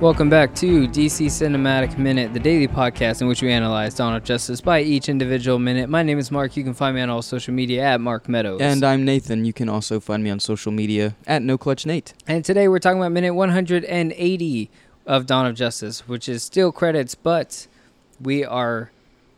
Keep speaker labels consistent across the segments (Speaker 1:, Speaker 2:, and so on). Speaker 1: Welcome back to DC Cinematic Minute, the daily podcast in which we analyze Donald Justice by each individual minute. My name is Mark. You can find me on all social media at Mark Meadows.
Speaker 2: And I'm Nathan. You can also find me on social media at No Clutch Nate.
Speaker 1: And today we're talking about minute 180 of Dawn of Justice, which is still credits, but we are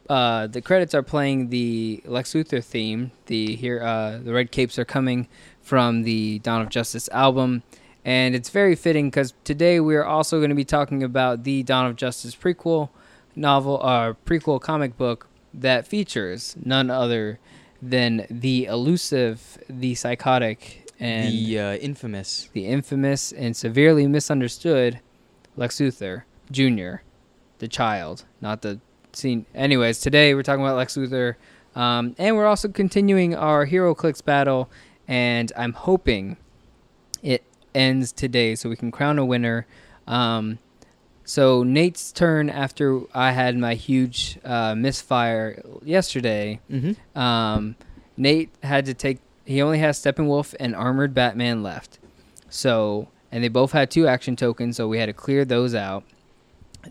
Speaker 1: uh, the credits are playing the Lex Luthor theme. The here uh, the red capes are coming from the Dawn of Justice album, and it's very fitting because today we are also going to be talking about the Dawn of Justice prequel novel, uh, prequel comic book that features none other than the elusive, the psychotic, and
Speaker 2: the uh, infamous.
Speaker 1: the infamous and severely misunderstood Lex Luthor Jr., the child, not the scene. Anyways, today we're talking about Lex Luthor, um, and we're also continuing our Hero Clicks battle, and I'm hoping it ends today so we can crown a winner. Um, so Nate's turn after I had my huge uh, misfire yesterday.
Speaker 2: Mm-hmm.
Speaker 1: Um, Nate had to take. He only has Steppenwolf and Armored Batman left. So, and they both had two action tokens, so we had to clear those out.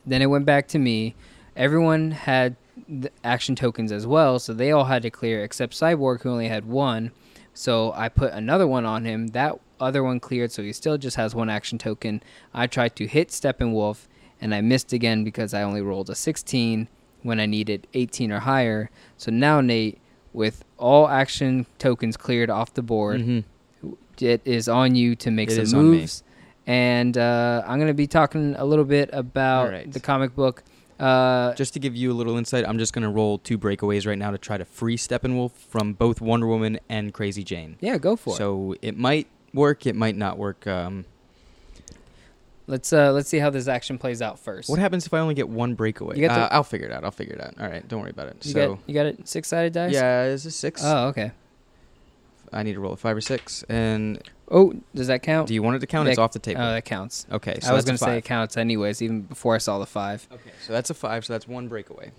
Speaker 1: Then it went back to me. Everyone had the action tokens as well, so they all had to clear except Cyborg, who only had one. So I put another one on him. That other one cleared, so he still just has one action token. I tried to hit Steppenwolf, and I missed again because I only rolled a 16 when I needed 18 or higher. So now, Nate, with all action tokens cleared off the board,
Speaker 2: Mhm.
Speaker 1: it is on you to make
Speaker 2: It is
Speaker 1: some
Speaker 2: on me.
Speaker 1: moves. And uh, I'm going to be talking a little bit about
Speaker 2: Alright.
Speaker 1: the comic book. Uh,
Speaker 2: Just to give you a little insight, I'm just going to roll two breakaways right now to try to free Steppenwolf from both Wonder Woman and Crazy Jane.
Speaker 1: yeah, go for it.
Speaker 2: So it might work, it might not work. Um,
Speaker 1: Let's uh, let's see how this action plays out first.
Speaker 2: what happens if I only get one breakaway?
Speaker 1: You got the-
Speaker 2: uh, I'll figure it out. I'll figure it out. All right, don't worry about it.
Speaker 1: you
Speaker 2: so
Speaker 1: got you got it six sided dice.
Speaker 2: yeah, is this six?
Speaker 1: Oh, okay.
Speaker 2: I need to roll a five or six. And
Speaker 1: Oh, does that count?
Speaker 2: do you want it to count?
Speaker 1: That-
Speaker 2: it's off the table.
Speaker 1: oh, that counts.
Speaker 2: okay, so
Speaker 1: I was
Speaker 2: going
Speaker 1: gonna
Speaker 2: to
Speaker 1: say it counts anyways, even before I saw the five.
Speaker 2: Okay, so that's a five, so that's one breakaway.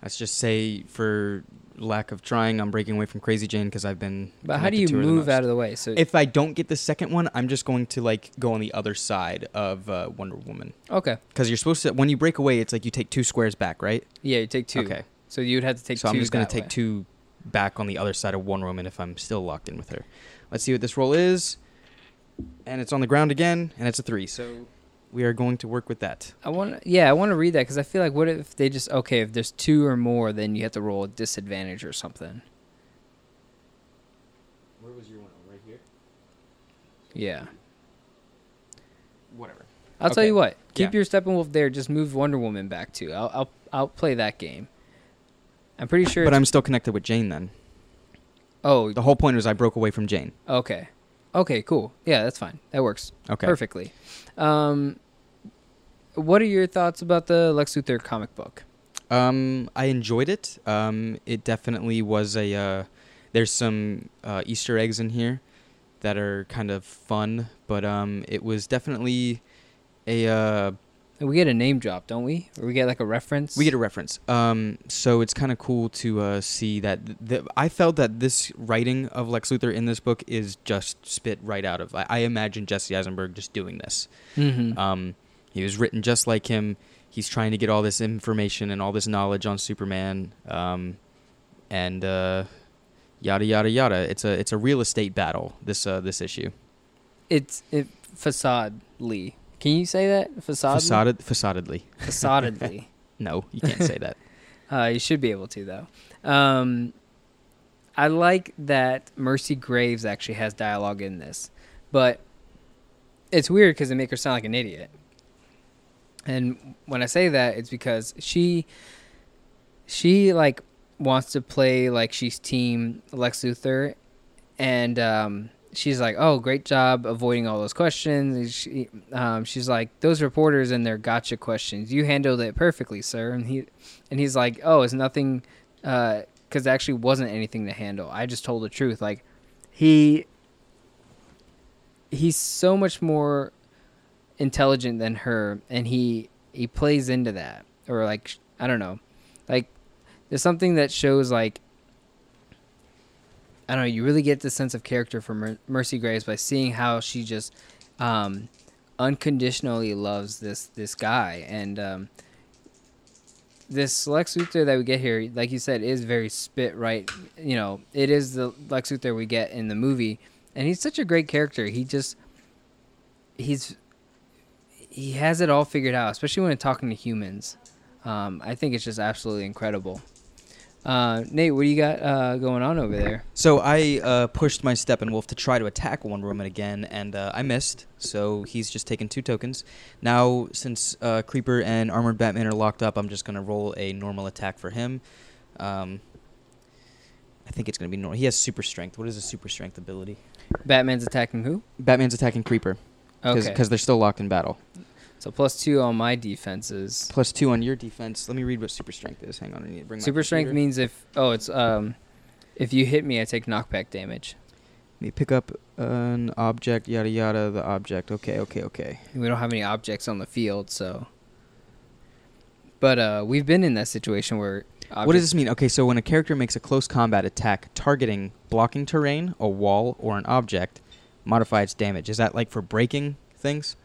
Speaker 2: Let's just say, for lack of trying, I'm breaking away from Crazy Jane because I've been.
Speaker 1: But how do you
Speaker 2: connected to her the
Speaker 1: move
Speaker 2: most.
Speaker 1: out of the way? So
Speaker 2: If I don't get the second one, I'm just going to like go on the other side of uh, Wonder Woman
Speaker 1: okay,
Speaker 2: because you're supposed to. When you break away, it's like you take two squares back, right?
Speaker 1: yeah, you take two.
Speaker 2: Okay.
Speaker 1: So you would have to take
Speaker 2: so
Speaker 1: two.
Speaker 2: I'm just gonna
Speaker 1: that
Speaker 2: take
Speaker 1: way.
Speaker 2: two back on the other side of Wonder Woman if I'm still locked in with her. Let's see what this roll is, and it's on the ground again, and it's a three. So we are going to work with that.
Speaker 1: I want, yeah, I want to read that because I feel like what if they just okay if there's two or more, then you have to roll a disadvantage or something.
Speaker 2: Where was your one? Oh, Right here.
Speaker 1: Yeah,
Speaker 2: Whatever.
Speaker 1: I'll tell
Speaker 2: Okay.
Speaker 1: you what, keep
Speaker 2: Yeah.
Speaker 1: your Steppenwolf there. Just move Wonder Woman back too. I'll I'll I'll play that game. I'm pretty sure.
Speaker 2: But
Speaker 1: it's-
Speaker 2: I'm still connected with Jane then.
Speaker 1: oh
Speaker 2: The whole point was I broke away from Jane.
Speaker 1: okay, okay, cool. Yeah, that's fine. That works.
Speaker 2: Okay.
Speaker 1: perfectly. Um, what are your thoughts about the Lex Luthor comic book?
Speaker 2: Um, I enjoyed it. Um, it definitely was a. Uh, there's some uh, Easter eggs in here that are kind of fun, but um, it was definitely a. Uh,
Speaker 1: We get a name drop, don't we? Or we get like a reference.
Speaker 2: we get a reference. Um, so it's kind of cool to uh, see that. Th- th- I felt that this writing of Lex Luthor in this book is just spit right out of. I, I imagine Jesse Eisenberg just doing this.
Speaker 1: Mhm.
Speaker 2: Um, he was written just like him. He's trying to get all this information and all this knowledge on Superman, um, and uh, yada yada yada. It's a it's a real estate battle. This uh, this issue
Speaker 1: it's it facadely. Can you say that facade?
Speaker 2: facaded facadedly.
Speaker 1: Facadedly.
Speaker 2: No, you can't say that.
Speaker 1: uh, you should be able to though. Um, I like that Mercy Graves actually has dialogue in this, but it's weird because they make her sound like an idiot. And when I say that, it's because she she like wants to play like she's team Lex Luthor, and um, she's like, "Oh, great job avoiding all those questions." And she, um, she's like, "Those reporters and their gotcha questions. You handled it perfectly, sir." And he and he's like, "Oh, it's nothing, because it actually wasn't anything to handle. I just told the truth." Like he he's so much more intelligent than her and he he plays into that or like sh- i don't know like there's something that shows like i don't know you really get the sense of character from Mer- mercy graves by seeing how she just um unconditionally loves this this guy, and um, this Lex Luthor that we get here, like you said, is very spit right. You know, it is the Lex Luthor we get in the movie, and he's such a great character. He just he's he has it all figured out, especially when talking to humans. Um, I think it's just absolutely incredible. Uh, Nate, what do you got uh, going on over there?
Speaker 2: So I uh, pushed my Steppenwolf to try to attack Wonder Woman again, and uh, I missed. So he's just taken two tokens. Now, since uh, Creeper and Armored Batman are locked up, I'm just gonna roll a normal attack for him. Um, I think it's gonna be normal. He has super strength. What is a super strength ability?
Speaker 1: Batman's attacking who?
Speaker 2: Batman's attacking Creeper because
Speaker 1: Okay,
Speaker 2: they're still locked in battle.
Speaker 1: so plus two on my defenses.
Speaker 2: Plus two on your defense. Let me read what super strength is. Hang on, I need to bring my
Speaker 1: Super strength
Speaker 2: computer.
Speaker 1: means if oh it's um if you hit me I take knockback damage.
Speaker 2: Let me pick up an object. Yada yada. The object. Okay. Okay. Okay.
Speaker 1: We don't have any objects on the field, so. But uh, we've been in that situation where.
Speaker 2: What does this mean? Okay, so when a character makes a close combat attack targeting blocking terrain, a wall, or an object, modify its damage. Is that like for breaking things?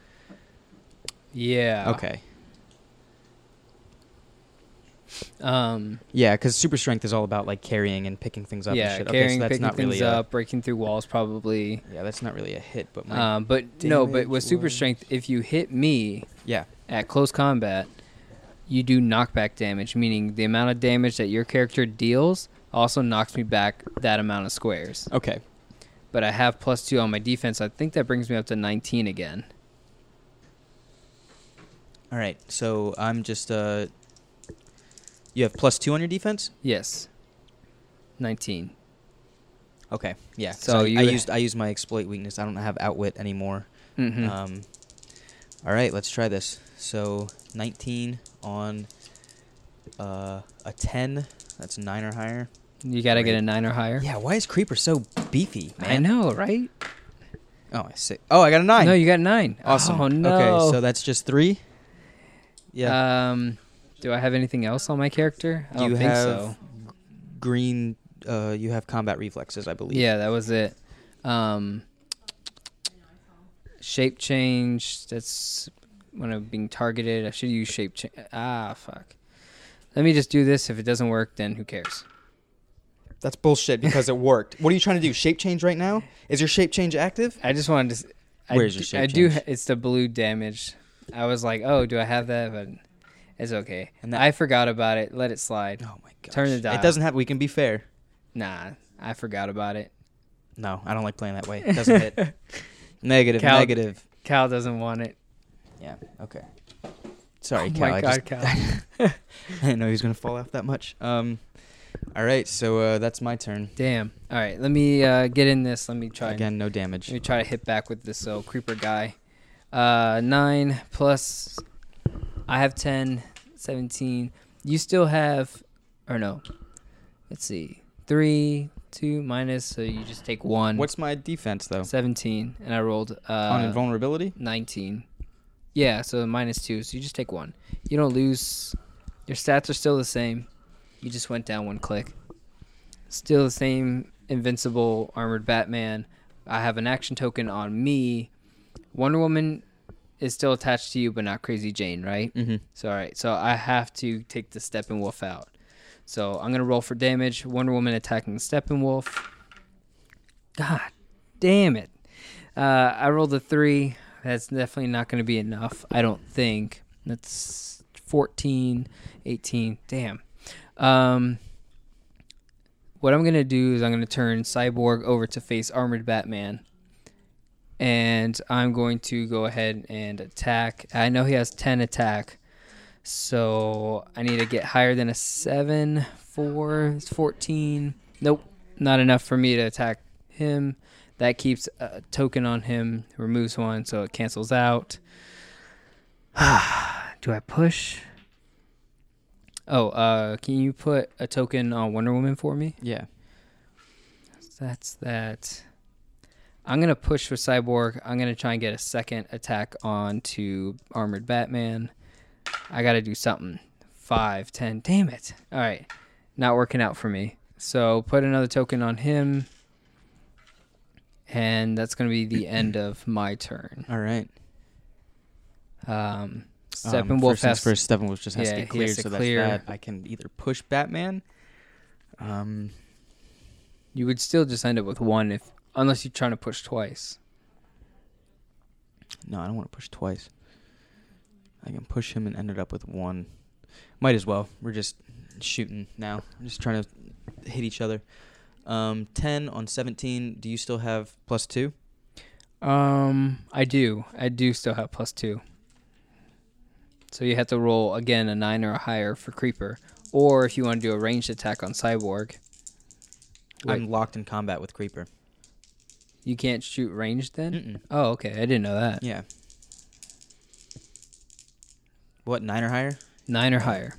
Speaker 1: Yeah.
Speaker 2: Okay.
Speaker 1: Um.
Speaker 2: Yeah, because super strength is all about like carrying and picking things up. and
Speaker 1: yeah,
Speaker 2: shit.
Speaker 1: carrying,
Speaker 2: okay, so that's
Speaker 1: picking
Speaker 2: not
Speaker 1: things
Speaker 2: really
Speaker 1: up, breaking through walls, probably.
Speaker 2: A, yeah, that's not really a hit, but my,
Speaker 1: Um, but no, but
Speaker 2: damage
Speaker 1: with super
Speaker 2: was-
Speaker 1: strength, if you hit me
Speaker 2: yeah,
Speaker 1: at close combat, you do knockback damage, meaning the amount of damage that your character deals also knocks me back that amount of squares.
Speaker 2: okay.
Speaker 1: But I have plus two on my defense. I think that brings me up to 19 again.
Speaker 2: All right, so I'm just uh, you have plus two on your defense.
Speaker 1: Yes. 19.
Speaker 2: Okay, yeah.
Speaker 1: So
Speaker 2: So I,
Speaker 1: you
Speaker 2: I
Speaker 1: ha-
Speaker 2: used I used my exploit weakness. I don't have outwit anymore.
Speaker 1: Mm-hmm.
Speaker 2: Um, all right, let's try this. So 19 on uh, a 10. That's nine or higher.
Speaker 1: You gotta get a
Speaker 2: Great.
Speaker 1: nine or higher.
Speaker 2: Yeah, why is Creeper so beefy, man?
Speaker 1: I know, right?
Speaker 2: Oh, I see. Oh, I got a nine.
Speaker 1: No, you got nine.
Speaker 2: awesome.
Speaker 1: Oh, no.
Speaker 2: Okay, so that's just three. Yeah,
Speaker 1: Um, do I have anything else on my character? I don't
Speaker 2: you
Speaker 1: think
Speaker 2: have
Speaker 1: so.
Speaker 2: green. Uh, you have combat reflexes, I believe.
Speaker 1: Yeah, that was it. Um, shape change. That's when I'm being targeted. I should use shape change. Ah, fuck. Let me just do this. If it doesn't work, then who cares?
Speaker 2: That's bullshit because it worked. What are you trying to do? Shape change right now? Is your shape change active?
Speaker 1: I just wanted to. s- I
Speaker 2: Where's
Speaker 1: d-
Speaker 2: your shape
Speaker 1: I do.
Speaker 2: change?
Speaker 1: ha- It's the blue damage. I was like, oh, do I have that? But it's okay.
Speaker 2: And that-
Speaker 1: I forgot about it. Let it slide.
Speaker 2: Oh my god.
Speaker 1: Turn the dial.
Speaker 2: It doesn't have. We can be fair.
Speaker 1: Nah, I forgot about it.
Speaker 2: No, I don't like playing that way. It doesn't hit. negative,
Speaker 1: Cal-
Speaker 2: negative.
Speaker 1: Cal doesn't want it.
Speaker 2: Yeah. Okay. Sorry,
Speaker 1: oh
Speaker 2: Cal.
Speaker 1: my
Speaker 2: I,
Speaker 1: god,
Speaker 2: just,
Speaker 1: Cal.
Speaker 2: I didn't know he was gonna fall off that much. Um. All right, so uh, that's my turn.
Speaker 1: Damn. All right, let me uh, get in this. Let me try. and-
Speaker 2: Again, no
Speaker 1: Let
Speaker 2: damage.
Speaker 1: me try to hit back with this old creeper guy. Uh, nine plus. I have 10, 17. You still have, or no? Let's see. Three, two minus. So you just take one.
Speaker 2: What's my defense though?
Speaker 1: 17? And I rolled uh,
Speaker 2: Oh. On invulnerability.
Speaker 1: 19. Yeah, so minus two. So you just take one. You don't lose. Your stats are still the same. You just went down one click. Still the same invincible armored Batman. I have an action token on me. Wonder Woman is still attached to you, but not Crazy Jane, right?
Speaker 2: Mm-hmm.
Speaker 1: So, all right. So I have to take the Steppenwolf out. So I'm gonna roll for damage. Wonder Woman attacking Steppenwolf. God damn it! Uh, I rolled a three. That's definitely not gonna be enough. I don't think. That's 14, 18. Damn. Um, what I'm gonna do is I'm gonna turn Cyborg over to face Armored Batman. And I'm going to go ahead and attack. I know he has 10 attack. So I need to get higher than a 7, 4, it's 14. Nope, not enough for me to attack him. That keeps a token on him, removes one, so it cancels out. Do I push? Oh, uh, can you put a token on Wonder Woman for me?
Speaker 2: Yeah.
Speaker 1: That's that. I'm gonna push for Cyborg. I'm gonna try and get a second attack onto Armored Batman. I gotta do something. Five, ten. Damn it! All right, not working out for me. So put another token on him, and that's gonna be the end of my turn.
Speaker 2: All right.
Speaker 1: Um,
Speaker 2: um,
Speaker 1: Steppenwolf
Speaker 2: first things
Speaker 1: has
Speaker 2: first Steppenwolf just has
Speaker 1: yeah,
Speaker 2: to
Speaker 1: he
Speaker 2: get cleared,
Speaker 1: has to
Speaker 2: so
Speaker 1: clear.
Speaker 2: that's that. I can either push Batman. Um,
Speaker 1: You would still just end up with one if, unless you're trying to push twice.
Speaker 2: no, I don't want to push twice. I can push him and ended up with one. Might as well. We're just shooting now. We're just trying to hit each other. Um, ten on seventeen. Do you still have plus two?
Speaker 1: Um, I do. I do still have plus two. So you have to roll again a nine or higher for creeper, or if you want to do a ranged attack on cyborg,
Speaker 2: I'm locked in combat with Creeper.
Speaker 1: you can't shoot ranged then.
Speaker 2: Mm-mm.
Speaker 1: Oh, okay. I didn't know that.
Speaker 2: Yeah. What nine or higher?
Speaker 1: Nine or higher.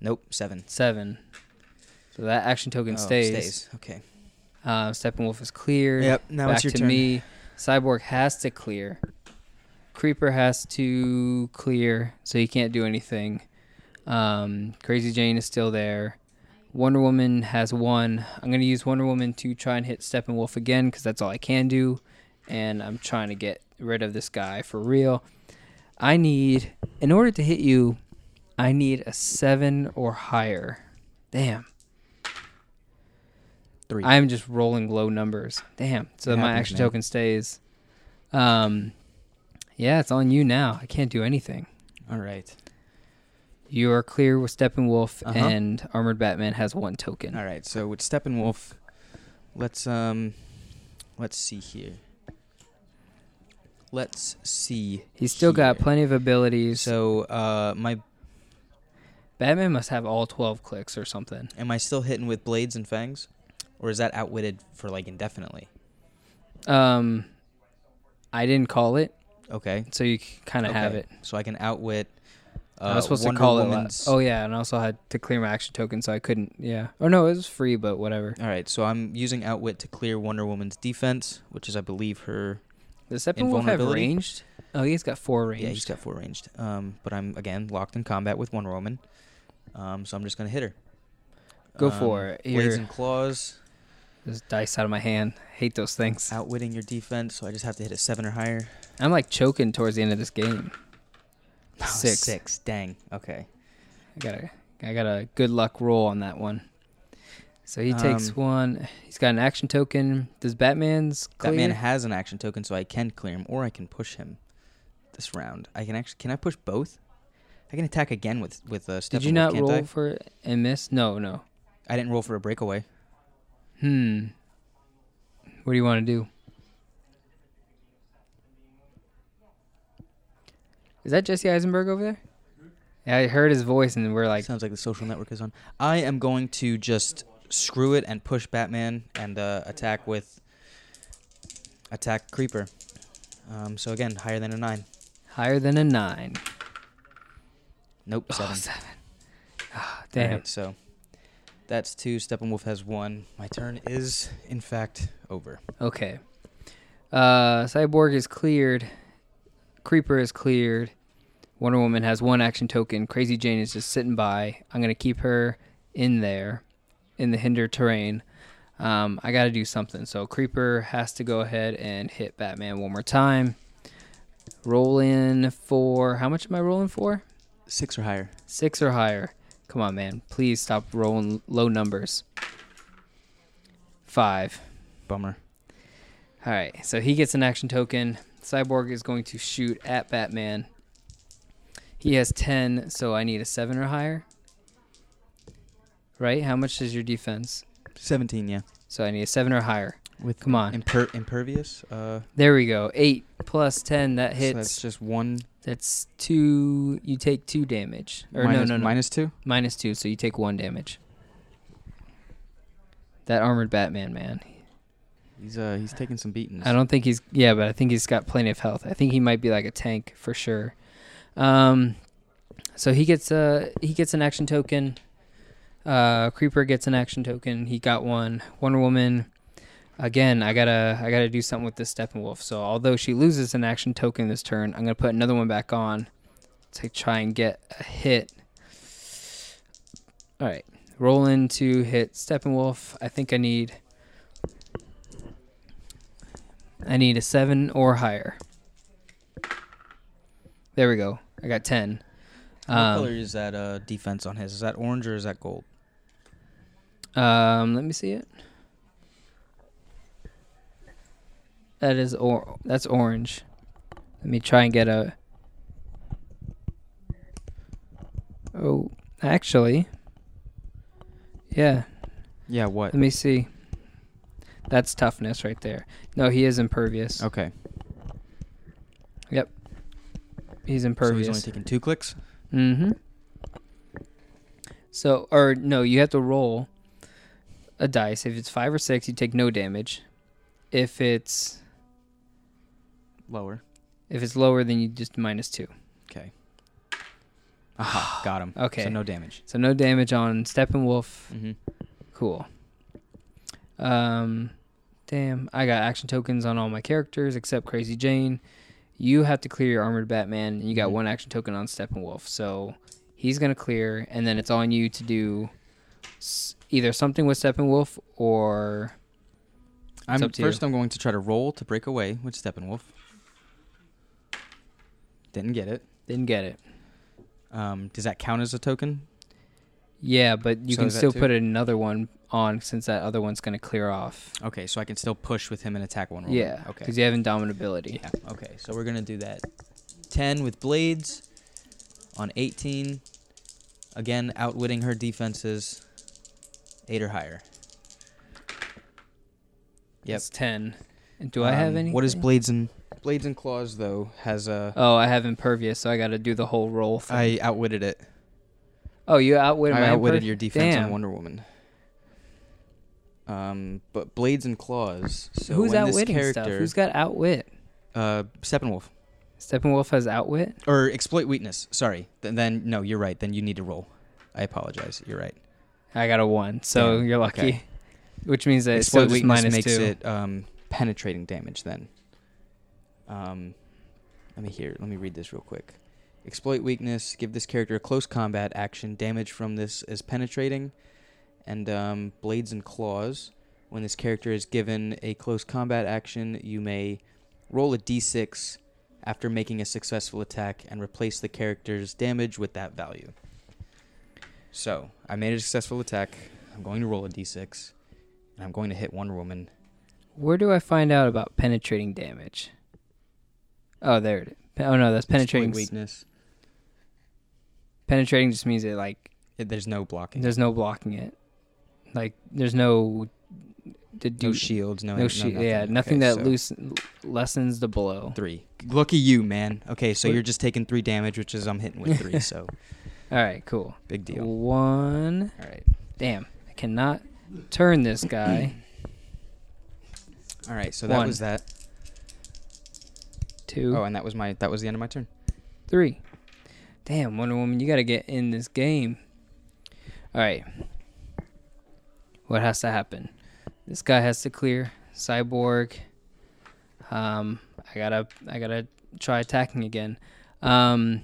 Speaker 2: Nope, seven.
Speaker 1: Seven. So that action token
Speaker 2: Oh,
Speaker 1: stays.
Speaker 2: Okay.
Speaker 1: Uh, Steppenwolf is cleared.
Speaker 2: Yep, now
Speaker 1: Back
Speaker 2: it's your
Speaker 1: to
Speaker 2: turn.
Speaker 1: me. Cyborg has to clear. Creeper has to clear, so he can't do anything. Um, Crazy Jane is still there. Wonder Woman has one. I'm going to use Wonder Woman to try and hit Steppenwolf again because that's all I can do. And I'm trying to get rid of this guy for real. I need, in order to hit you, I need a seven or higher. Damn.
Speaker 2: Three.
Speaker 1: I'm just rolling low numbers. Damn. So
Speaker 2: It
Speaker 1: my
Speaker 2: happens,
Speaker 1: action
Speaker 2: man.
Speaker 1: token stays. Um, yeah, it's on you now. I can't do anything.
Speaker 2: All right.
Speaker 1: You are clear with Steppenwolf,
Speaker 2: Uh-huh.
Speaker 1: and Armored Batman has one token.
Speaker 2: All right. So with Steppenwolf, let's um, let's see here. Let's see.
Speaker 1: He's still got
Speaker 2: here.
Speaker 1: plenty of abilities. So
Speaker 2: So uh, my
Speaker 1: Batman must have all 12 clicks or something.
Speaker 2: am I still hitting with blades and fangs, or is that outwitted for like indefinitely?
Speaker 1: Um, I didn't call it,
Speaker 2: Okay.
Speaker 1: so you kind of have
Speaker 2: Okay.
Speaker 1: it.
Speaker 2: So I can outwit. Uh,
Speaker 1: I was supposed
Speaker 2: Wonder
Speaker 1: to call
Speaker 2: Woman's-
Speaker 1: it. la- Oh yeah, and I also had to clear my action token, so I couldn't. Yeah. Oh no, it was free, but whatever.
Speaker 2: All right, so I'm using Outwit to clear Wonder Woman's defense, which is, I believe, her.
Speaker 1: Does Steppenwolf have
Speaker 2: Invulnerability?
Speaker 1: ranged? Oh, he's got four ranged.
Speaker 2: Yeah, he's got four ranged. Um, but I'm again locked in combat with Wonder Woman, um, so I'm just gonna hit her. Um,
Speaker 1: Go for it.
Speaker 2: Blades
Speaker 1: Here.
Speaker 2: and claws,
Speaker 1: There's dice out of my hand. hate those things.
Speaker 2: outwitting your defense. So I just have to hit a seven or higher.
Speaker 1: I'm like choking towards the end of this game.
Speaker 2: Oh,
Speaker 1: Six.
Speaker 2: Six. Dang. Okay.
Speaker 1: I got a I got a good luck roll on that one. So he takes
Speaker 2: Um,
Speaker 1: one. He's got an action token. Does Batman's clear?
Speaker 2: Batman has an action token, so I can clear him or I can push him. This round, I can actually. Can I push both? I can attack again with with uh,
Speaker 1: Did you
Speaker 2: Steppenwolf,
Speaker 1: not
Speaker 2: can't
Speaker 1: roll
Speaker 2: I?
Speaker 1: for it and miss? No, no.
Speaker 2: I didn't roll for a breakaway.
Speaker 1: Hmm. What do you want to do? Is that Jesse Eisenberg over there? Yeah, I heard his voice, and we're like,
Speaker 2: Sounds like the social network is on. I am going to just screw it and push Batman and uh, attack with attack Creeper. Um, so again, higher than a nine.
Speaker 1: higher than a nine.
Speaker 2: Nope,
Speaker 1: Oh,
Speaker 2: seven.
Speaker 1: seven. Ah,
Speaker 2: All
Speaker 1: damn.
Speaker 2: right, so that's two. Steppenwolf has one. My turn is in fact over.
Speaker 1: Okay. Uh, Cyborg is cleared. Creeper is cleared. Wonder Woman has one action token. Crazy Jane is just sitting by. I'm gonna keep her in there, in the hinder terrain. Um, I gotta do something. So Creeper has to go ahead and hit Batman one more time. Roll in for how much am I rolling for?
Speaker 2: Six or higher.
Speaker 1: Six or higher. Come on, man. Please stop rolling low numbers. Five.
Speaker 2: Bummer.
Speaker 1: All right, so he gets an action token. Cyborg is going to shoot at Batman. He has 10, so I need a 7 or higher. Right? How much is your defense?
Speaker 2: Seventeen, yeah.
Speaker 1: So I need a 7 or higher.
Speaker 2: With
Speaker 1: Come on.
Speaker 2: imper- impervious. Uh,
Speaker 1: There we go. 8 plus 10, that
Speaker 2: so that's
Speaker 1: hits.
Speaker 2: just one.
Speaker 1: that's 2. You take 2 damage. Or
Speaker 2: minus-
Speaker 1: no, no, no.
Speaker 2: minus two.
Speaker 1: Minus 2, so you take 1 damage. That armored Batman, man.
Speaker 2: He's uh he's taking some beatings.
Speaker 1: I don't think he's yeah, but I think he's got plenty of health. I think he might be like a tank for sure. Um, so he gets a he gets an action token. Uh, Creeper gets an action token. He got one. Wonder Woman. Again, I gotta I gotta do something with this Steppenwolf. So although she loses an action token this turn, I'm gonna put another one back on to try and get a hit. All right, roll in to hit Steppenwolf. I think I need I need a seven or higher. There we go. I got ten.
Speaker 2: What color
Speaker 1: Um,
Speaker 2: is that uh, defense on his? Is that orange or is that gold?
Speaker 1: um, let me see it. That is or that's orange. Let me try and get a. Oh, actually, yeah.
Speaker 2: Yeah, what?
Speaker 1: Let me see. That's toughness right there. No, he is impervious.
Speaker 2: Okay.
Speaker 1: Yep. He's
Speaker 2: So he's
Speaker 1: impervious.
Speaker 2: only taking two clicks?
Speaker 1: Mm-hmm. So, or no, you have to roll a dice. If it's five or six, you take no damage. If it's
Speaker 2: Lower.
Speaker 1: if it's lower, then you just minus two.
Speaker 2: Okay. Aha, got him.
Speaker 1: Okay.
Speaker 2: So no damage.
Speaker 1: So no damage on Steppenwolf.
Speaker 2: Mm-hmm.
Speaker 1: Cool. Um, damn, I got action tokens on all my characters except Crazy Jane. You have to clear your armored Batman, and you got
Speaker 2: Mhm.
Speaker 1: one action token on Steppenwolf. So he's gonna clear, and then it's on you to do s- either something with Steppenwolf or
Speaker 2: I'm,
Speaker 1: up to
Speaker 2: first, I'm going to try to roll to break away with Steppenwolf. Didn't get it.
Speaker 1: didn't get it.
Speaker 2: Um, does that count as a token?
Speaker 1: Yeah, but you
Speaker 2: So
Speaker 1: can
Speaker 2: is that
Speaker 1: still
Speaker 2: two?
Speaker 1: put another one on since that other one's gonna clear off.
Speaker 2: Okay, so I can still push with him and attack one roll.
Speaker 1: Yeah,
Speaker 2: Okay.
Speaker 1: because you have indomitability.
Speaker 2: Yeah. Okay. So we're gonna do that. Ten with blades on eighteen. Again, outwitting her defenses. Eight or higher. Yep.
Speaker 1: It's ten. And do I have
Speaker 2: Um,
Speaker 1: any?
Speaker 2: What is blades and blades and claws though? Has uh, a.
Speaker 1: Oh, I have impervious, so I got to do the whole roll thing.
Speaker 2: I outwitted it.
Speaker 1: oh, you outwitted
Speaker 2: I
Speaker 1: my
Speaker 2: outwitted
Speaker 1: imper-
Speaker 2: your defense
Speaker 1: Damn.
Speaker 2: on Wonder Woman. Um, but blades and claws. So
Speaker 1: Who's
Speaker 2: when this
Speaker 1: outwitting
Speaker 2: character,
Speaker 1: stuff? Who's got outwit?
Speaker 2: uh, Steppenwolf
Speaker 1: Steppenwolf has outwit.
Speaker 2: or exploit weakness? Sorry. Th- then no, you're right. Then you need to roll. I apologize. You're right.
Speaker 1: I got a one, so
Speaker 2: Damn,
Speaker 1: you're lucky.
Speaker 2: okay.
Speaker 1: Which means that it's still
Speaker 2: Exploit
Speaker 1: just
Speaker 2: weakness
Speaker 1: minus
Speaker 2: makes
Speaker 1: two.
Speaker 2: it um, penetrating damage then. Um, let me hear. Let me read this real quick. Exploit weakness. Give this character a close combat action. Damage from this is penetrating, and um, blades and claws. When this character is given a close combat action, you may roll a d6 after making a successful attack and replace the character's damage with that value. So I made a successful attack. I'm going to roll a d6 and I'm going to hit Wonder Woman.
Speaker 1: Where do I find out about penetrating damage? Oh, there it is. Pe- Oh no, that's penetrating.
Speaker 2: Exploit weakness.
Speaker 1: Penetrating just means it like
Speaker 2: It, there's no blocking.
Speaker 1: there's no blocking it. Like there's no to do
Speaker 2: no shields. No,
Speaker 1: no shi- yeah, nothing that loosen lessens the blow.
Speaker 2: Three. Lucky you, man. Okay, so
Speaker 1: What-
Speaker 2: you're just taking three damage, which is I'm hitting with three. so
Speaker 1: All right, cool.
Speaker 2: big deal.
Speaker 1: One.
Speaker 2: All right.
Speaker 1: Damn, I cannot turn this guy.
Speaker 2: All right. So that
Speaker 1: One.
Speaker 2: was that.
Speaker 1: Two,
Speaker 2: Oh, and that was my that was the end of my turn.
Speaker 1: three. Damn, Wonder Woman, you got to get in this game. All right. What has to happen? This guy has to clear Cyborg. Um, I gotta, I gotta try attacking again. Um,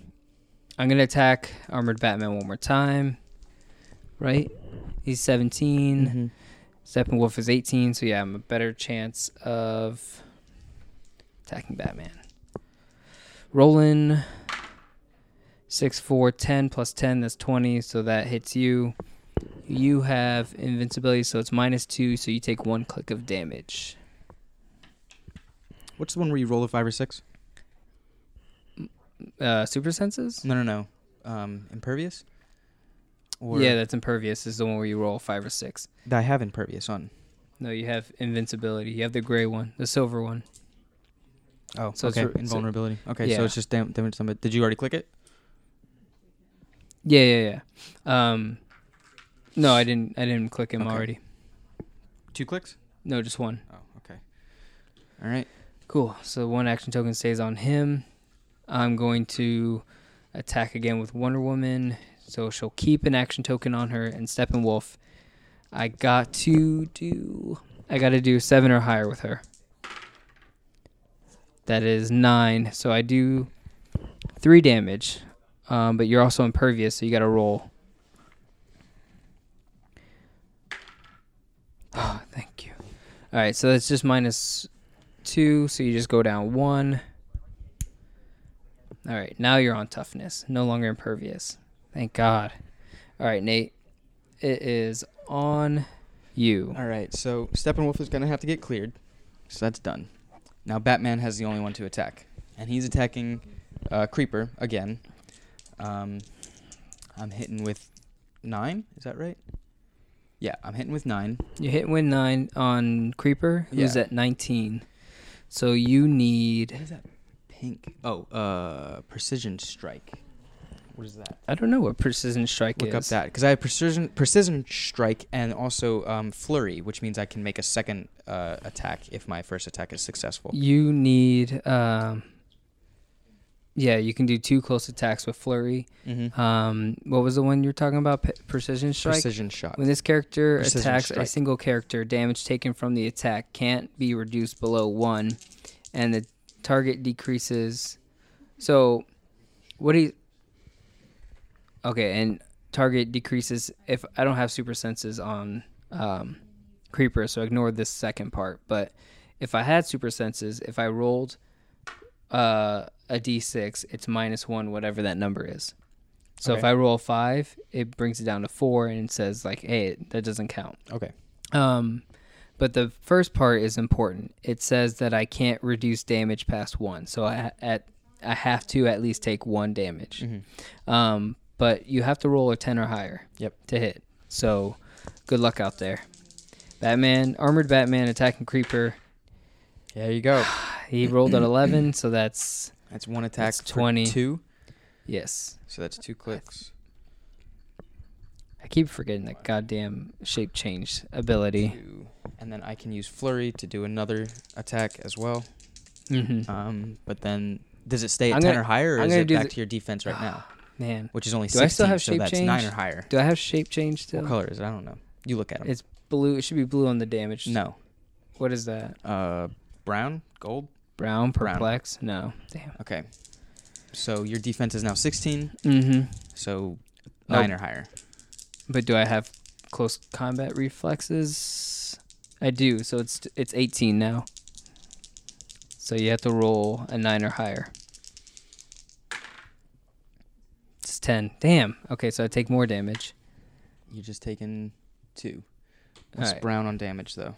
Speaker 1: I'm gonna attack Armored Batman one more time. Right? He's 17.
Speaker 2: Mm-hmm.
Speaker 1: Steppenwolf is 18, so yeah, I'm a better chance of attacking Batman. Roland, 6, 4, 10 plus 10, that's 20, so that hits you. You have invincibility, so it's minus 2, so you take one click of damage.
Speaker 2: What's the one where you roll a five or six?
Speaker 1: Uh, super senses?
Speaker 2: No, no, no. Um, impervious. Or
Speaker 1: yeah, that's impervious, is the one where you roll 5 or 6.
Speaker 2: I have impervious on.
Speaker 1: No, you have invincibility. You have the gray one, the silver one.
Speaker 2: Oh,
Speaker 1: So it's
Speaker 2: okay.
Speaker 1: re- so-
Speaker 2: Invulnerability. okay,
Speaker 1: yeah.
Speaker 2: so it's just dam- damage. Somebody. Did you already click it?
Speaker 1: Yeah, yeah, yeah. Um, no, I didn't. I didn't click him
Speaker 2: Okay.
Speaker 1: already.
Speaker 2: Two clicks.
Speaker 1: No, just one.
Speaker 2: Oh, okay. All right.
Speaker 1: Cool. So one action token stays on him. I'm going to attack again with Wonder Woman. So she'll keep an action token on her and Steppenwolf. I got to do. I got to do seven or higher with her. That is nine. So I do three damage. Um, but you're also impervious, so you got to roll. Oh, thank you. All right, so that's just minus two, so you just go down one. All right, now you're on toughness, no longer impervious. Thank God. All right, Nate, it is on you.
Speaker 2: All right, so Steppenwolf is going to have to get cleared. So that's done. Now Batman has the only one to attack, and he's attacking uh, Creeper again. Um, I'm hitting with nine. Is that right? Yeah, I'm hitting with nine.
Speaker 1: You hit win nine on Creeper, who's
Speaker 2: Yeah.
Speaker 1: at 19. So you
Speaker 2: What
Speaker 1: need.
Speaker 2: is that? Pink. Oh, uh, precision strike. What is that?
Speaker 1: I don't know what precision strike
Speaker 2: Look
Speaker 1: is.
Speaker 2: up that because I have precision precision strike and also um, flurry, which means I can make a second uh, attack if my first attack is successful.
Speaker 1: You need. Um, yeah, you can do two close attacks with flurry.
Speaker 2: Mm-hmm.
Speaker 1: Um, what was the one you were talking about? Pe- precision strike.
Speaker 2: Precision shot.
Speaker 1: When this character
Speaker 2: Precision
Speaker 1: attacks a
Speaker 2: strike.
Speaker 1: single character, damage taken from the attack can't be reduced below one, and the target decreases. So, what do you? Okay, and target decreases if I don't have super senses on um, creeper, so ignore this second part. But if I had super senses, if I rolled uh, a d6, it's minus one, whatever that number is. So if
Speaker 2: Okay.
Speaker 1: I roll a five, it brings it down to four and it says like, hey, that doesn't count.
Speaker 2: Okay.
Speaker 1: Um, but the first part is important. It says that I can't reduce damage past one, so I at I have to at least take one damage. Um, but you have to roll a ten or higher.
Speaker 2: Mm-hmm. Yep.
Speaker 1: To hit. So, good luck out there. Batman, armored Batman attacking creeper.
Speaker 2: There you go.
Speaker 1: He rolled an eleven, so that's
Speaker 2: That's one attack.
Speaker 1: That's
Speaker 2: for
Speaker 1: 20.
Speaker 2: Two.
Speaker 1: yes.
Speaker 2: So that's two clicks.
Speaker 1: I keep forgetting that goddamn shape change ability.
Speaker 2: Two. And then I can use flurry to do another attack as well.
Speaker 1: hmm
Speaker 2: Um, but then does it stay at
Speaker 1: I'm
Speaker 2: ten
Speaker 1: gonna-
Speaker 2: or higher, or
Speaker 1: I'm
Speaker 2: is
Speaker 1: gonna
Speaker 2: it
Speaker 1: do
Speaker 2: back
Speaker 1: the-
Speaker 2: to your defense right now,
Speaker 1: Man,
Speaker 2: which is only
Speaker 1: Do
Speaker 2: sixteen?
Speaker 1: I still have
Speaker 2: so
Speaker 1: shape
Speaker 2: that's
Speaker 1: change?
Speaker 2: nine or higher.
Speaker 1: do I have shape change still?
Speaker 2: What color is it? I don't know. You look at them.
Speaker 1: It's blue. It should be blue on the damage.
Speaker 2: no.
Speaker 1: What is that?
Speaker 2: Uh, brown, gold.
Speaker 1: Brown,
Speaker 2: Brown.
Speaker 1: perplex? No. Damn.
Speaker 2: Okay. So your defense is now 16,
Speaker 1: Mm-hmm.
Speaker 2: so
Speaker 1: Oh.
Speaker 2: 9 or higher.
Speaker 1: But do I have close combat reflexes? I do. So it's it's 18 now. So you have to roll a 9 or higher. It's 10. Damn. Okay, so I take more damage.
Speaker 2: You just taken 2. What's
Speaker 1: Alright.
Speaker 2: brown on damage, though?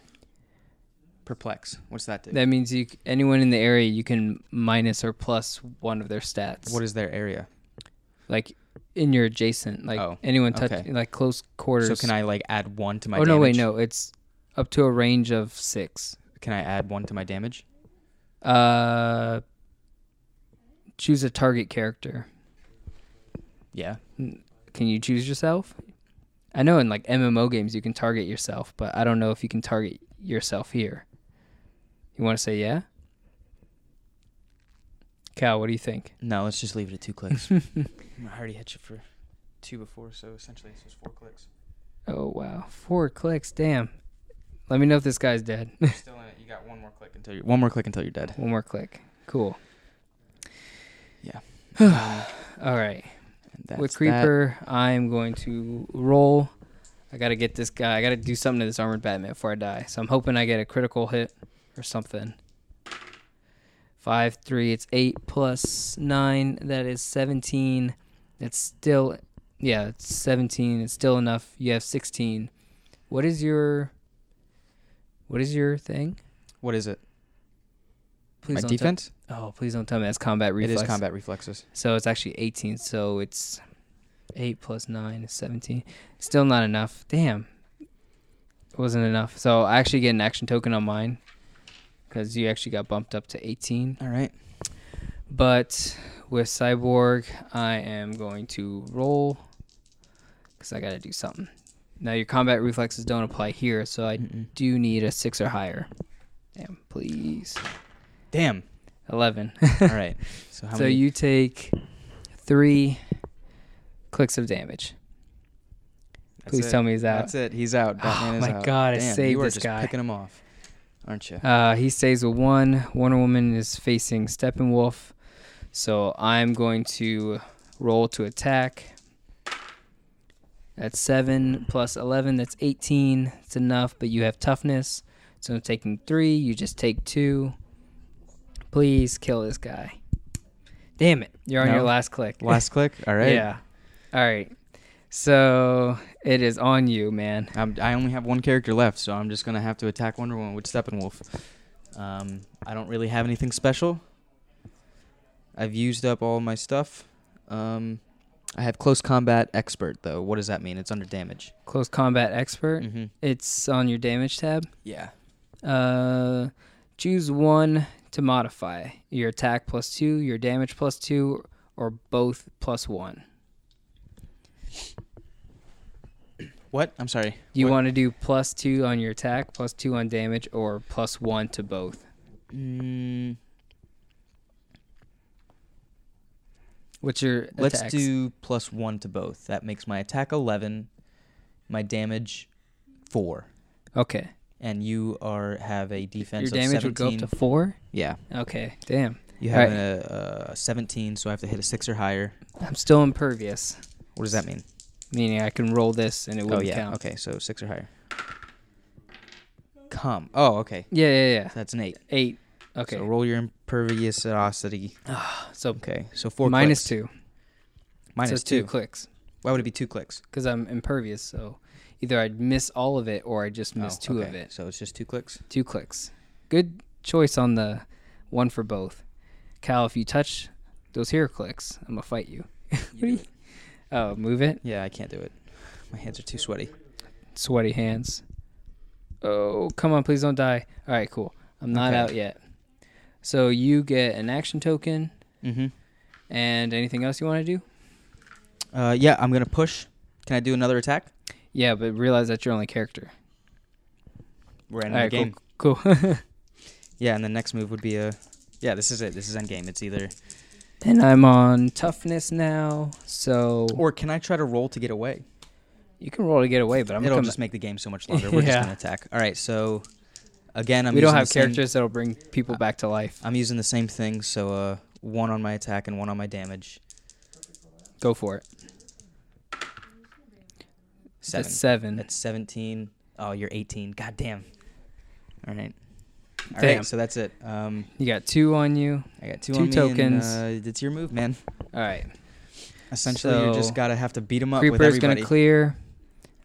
Speaker 2: Perplex. What's that do?
Speaker 1: That means you c- anyone in the area you can minus or plus one of their stats.
Speaker 2: What is their area?
Speaker 1: like in your adjacent like
Speaker 2: Oh,
Speaker 1: anyone touch
Speaker 2: okay.
Speaker 1: like close quarters.
Speaker 2: So can I, like, add 1 to my
Speaker 1: oh
Speaker 2: damage?
Speaker 1: no, wait, no. It's up to a range of six.
Speaker 2: Can I add 1 to my damage?
Speaker 1: Uh, choose a target character.
Speaker 2: Yeah.
Speaker 1: Can you choose yourself? I know in like MMO games you can target yourself, but I don't know if you can target yourself here. You want to say yeah? Cal, what do you think?
Speaker 2: No, let's just leave it at 2 clicks. I already hit you for 2 before, so essentially it's just 4 clicks.
Speaker 1: Oh wow, four clicks. Damn. Let me know if this guy's dead.
Speaker 2: Still in it. You got one more click until you're, one more click until you're dead.
Speaker 1: One more click. Cool.
Speaker 2: Yeah.
Speaker 1: All right.
Speaker 2: And that's
Speaker 1: with
Speaker 2: that.
Speaker 1: creeper i'm going to roll i gotta get this guy i gotta do something to this armored batman before i die so i'm hoping i get a critical hit or something five three it's eight plus nine that is 17 it's still yeah it's 17 it's still enough you have 16 what is your what is your thing
Speaker 2: What is it?
Speaker 1: please
Speaker 2: my
Speaker 1: don't
Speaker 2: defense?
Speaker 1: tell, oh please don't tell me that's combat reflex
Speaker 2: It is combat reflexes.
Speaker 1: So it's actually 18. So it's 8 plus 9 is 17. Still not enough. Damn. It wasn't enough. So I actually get an action token on mine because you actually got bumped up to 18.
Speaker 2: All right.
Speaker 1: But with Cyborg, I am going to roll because I got to do something. Now your combat reflexes don't apply here, so I
Speaker 2: Mm-mm.
Speaker 1: do need a 6 or higher. Damn, please.
Speaker 2: Damn.
Speaker 1: 11.
Speaker 2: All right. So how
Speaker 1: so
Speaker 2: many?
Speaker 1: you take three clicks of damage.
Speaker 2: That's
Speaker 1: Please
Speaker 2: it.
Speaker 1: tell me he's out.
Speaker 2: That's it. He's out. Batman
Speaker 1: Oh
Speaker 2: is
Speaker 1: my
Speaker 2: out.
Speaker 1: God, I
Speaker 2: Damn,
Speaker 1: saved
Speaker 2: you are
Speaker 1: this
Speaker 2: just
Speaker 1: guy.
Speaker 2: picking him off, aren't you?
Speaker 1: Uh, he stays with one. Wonder Woman is facing Steppenwolf. So I'm going to roll to attack. That's 7 plus 11. That's 18. It's enough, but you have toughness. So I'm taking 3. You just take 2. Please kill this guy. Damn it. You're on your
Speaker 2: No.
Speaker 1: last click.
Speaker 2: Last click. All right.
Speaker 1: Yeah. All right. So it is on you, man.
Speaker 2: I'm, I only have one character left, so I'm just gonna have to attack Wonder Woman with Steppenwolf. Um, I don't really have anything special. I've used up all my stuff. Um, I have close combat expert though. What does that mean? It's under damage.
Speaker 1: Close combat expert.
Speaker 2: Mm-hmm.
Speaker 1: It's on your damage tab.
Speaker 2: Yeah.
Speaker 1: Uh, choose one to modify your attack plus two, your damage plus two, or both plus one.
Speaker 2: What? I'm sorry.
Speaker 1: You
Speaker 2: What-
Speaker 1: want to do plus two on your attack, plus two on damage, or plus one to both.
Speaker 2: Mm,
Speaker 1: What's your
Speaker 2: let's
Speaker 1: attacks?
Speaker 2: do plus one to both. That makes my attack eleven, my damage four,
Speaker 1: okay.
Speaker 2: and you are have a defense
Speaker 1: Your
Speaker 2: of
Speaker 1: damage would go
Speaker 2: seventeen.
Speaker 1: up to four.
Speaker 2: yeah.
Speaker 1: Okay, damn.
Speaker 2: You
Speaker 1: All
Speaker 2: have
Speaker 1: right.
Speaker 2: a, a 17, so I have to hit a six or higher.
Speaker 1: I'm still impervious,
Speaker 2: What does that mean?
Speaker 1: meaning I can roll this and it
Speaker 2: Oh
Speaker 1: wouldn't
Speaker 2: yeah.
Speaker 1: count.
Speaker 2: Okay, so six or higher. Come. Oh, okay.
Speaker 1: Yeah, yeah, yeah.
Speaker 2: That's an eight.
Speaker 1: Eight. Okay.
Speaker 2: So roll your imperviousity.
Speaker 1: So
Speaker 2: Okay. So four.
Speaker 1: minus
Speaker 2: clicks.
Speaker 1: two.
Speaker 2: Minus
Speaker 1: so two
Speaker 2: two.
Speaker 1: clicks
Speaker 2: Why would it be two clicks?
Speaker 1: because I'm impervious. So either I'd miss all of it or I just miss
Speaker 2: two
Speaker 1: two of it.
Speaker 2: Oh, So it's just two clicks.
Speaker 1: Two clicks. Good choice on the one for both. Cal, if you touch those hero clicks, I'm gonna fight you. What do you- oh, move it.
Speaker 2: Yeah, I can't do it. My hands are too sweaty.
Speaker 1: Sweaty hands. Oh, come on, please don't die. All right, cool. I'm not
Speaker 2: Okay.
Speaker 1: out yet. So you get an action token
Speaker 2: Mm-hmm.
Speaker 1: and anything else you want to do?
Speaker 2: Uh, yeah, I'm gonna push. Can I do another attack?
Speaker 1: Yeah, but realize that's your only character.
Speaker 2: We're
Speaker 1: All
Speaker 2: ending
Speaker 1: right,
Speaker 2: the game.
Speaker 1: cool. cool.
Speaker 2: Yeah, and the next move would be a. Yeah, this is it. This is end game. It's either.
Speaker 1: and I'm on toughness now, so
Speaker 2: Or can I try to roll to get away?
Speaker 1: you can roll to get away. But I'm
Speaker 2: It'll
Speaker 1: gonna.
Speaker 2: just make the game so much longer. We're just
Speaker 1: Yeah.
Speaker 2: gonna attack. All right, so again, I'm
Speaker 1: we don't
Speaker 2: using
Speaker 1: have
Speaker 2: the same- Ah.
Speaker 1: characters that'll bring people back to life.
Speaker 2: I'm using the same thing, so uh, one on my attack and one on my damage.
Speaker 1: Go for it.
Speaker 2: Seven.
Speaker 1: That's seven.
Speaker 2: That's seventeen. Oh, you're eighteen. God damn. All right. All right.
Speaker 1: Damn.
Speaker 2: So that's it. Um,
Speaker 1: you got two on you.
Speaker 2: I got two,
Speaker 1: Two
Speaker 2: on me
Speaker 1: tokens.
Speaker 2: And, uh, it's your move, man.
Speaker 1: All right.
Speaker 2: Essentially, you
Speaker 1: So-
Speaker 2: just gotta have to beat 'em up with
Speaker 1: Creeper's
Speaker 2: everybody.
Speaker 1: gonna clear.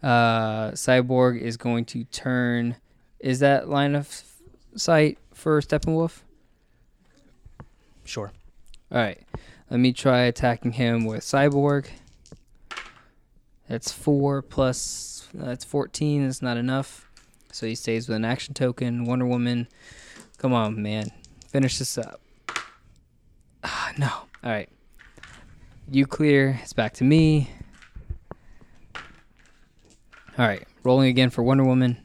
Speaker 1: Uh, Cyborg is going to turn. Is that line of s- sight for Steppenwolf?
Speaker 2: sure.
Speaker 1: All right. Let me try attacking him with Cyborg. That's four plus. That's fourteen. That's not enough. So he stays with an action token. Wonder Woman. Come on, man. Finish this up. Ah, no. All right. You clear. It's back to me. All right. Rolling again for Wonder Woman.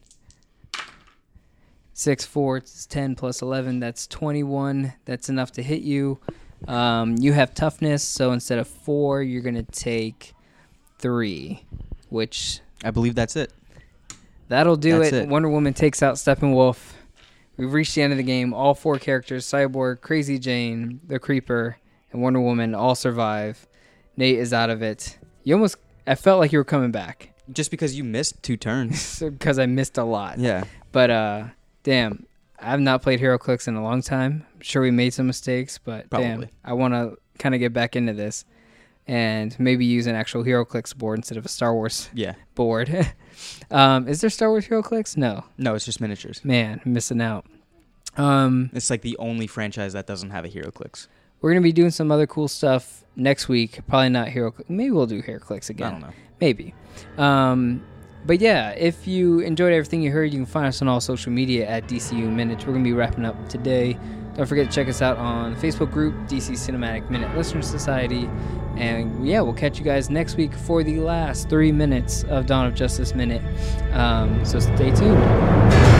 Speaker 1: Six, four, it's 10 plus 11. That's 21. That's enough to hit you. Um, you have toughness, so instead of four, you're going to take three, which
Speaker 2: I believe that's it.
Speaker 1: That'll do
Speaker 2: That's
Speaker 1: it.
Speaker 2: it.
Speaker 1: Wonder Woman takes out Steppenwolf. We've reached the end of the game. All four characters, Cyborg, Crazy Jane, the Creeper, and Wonder Woman all survive. Nate is out of it. You almost I felt like you were coming back
Speaker 2: Just because you missed two turns.
Speaker 1: because I missed a lot.
Speaker 2: yeah.
Speaker 1: But uh damn, I've not played HeroClix in a long time. I'm sure we made some mistakes, but damn,
Speaker 2: Probably.
Speaker 1: I want to kind of get back into this and maybe use an actual HeroClix board instead of a Star Wars
Speaker 2: Yeah.
Speaker 1: board. um, is there Star Wars HeroClix? No.
Speaker 2: No, it's just miniatures.
Speaker 1: Man, missing out. Um,
Speaker 2: It's like the only franchise that doesn't have a hero clicks.
Speaker 1: we're gonna be doing some other cool stuff next week. Probably not hero. Maybe we'll do hair clicks again.
Speaker 2: I don't know.
Speaker 1: Maybe. Um, but yeah, if you enjoyed everything you heard, you can find us on all social media at DCU Minutes. We're gonna be wrapping up today. Don't forget to check us out on the Facebook group DC Cinematic Minute Listener Society, and yeah, we'll catch you guys next week for the last three minutes of Dawn of Justice Minute. Um, so stay tuned.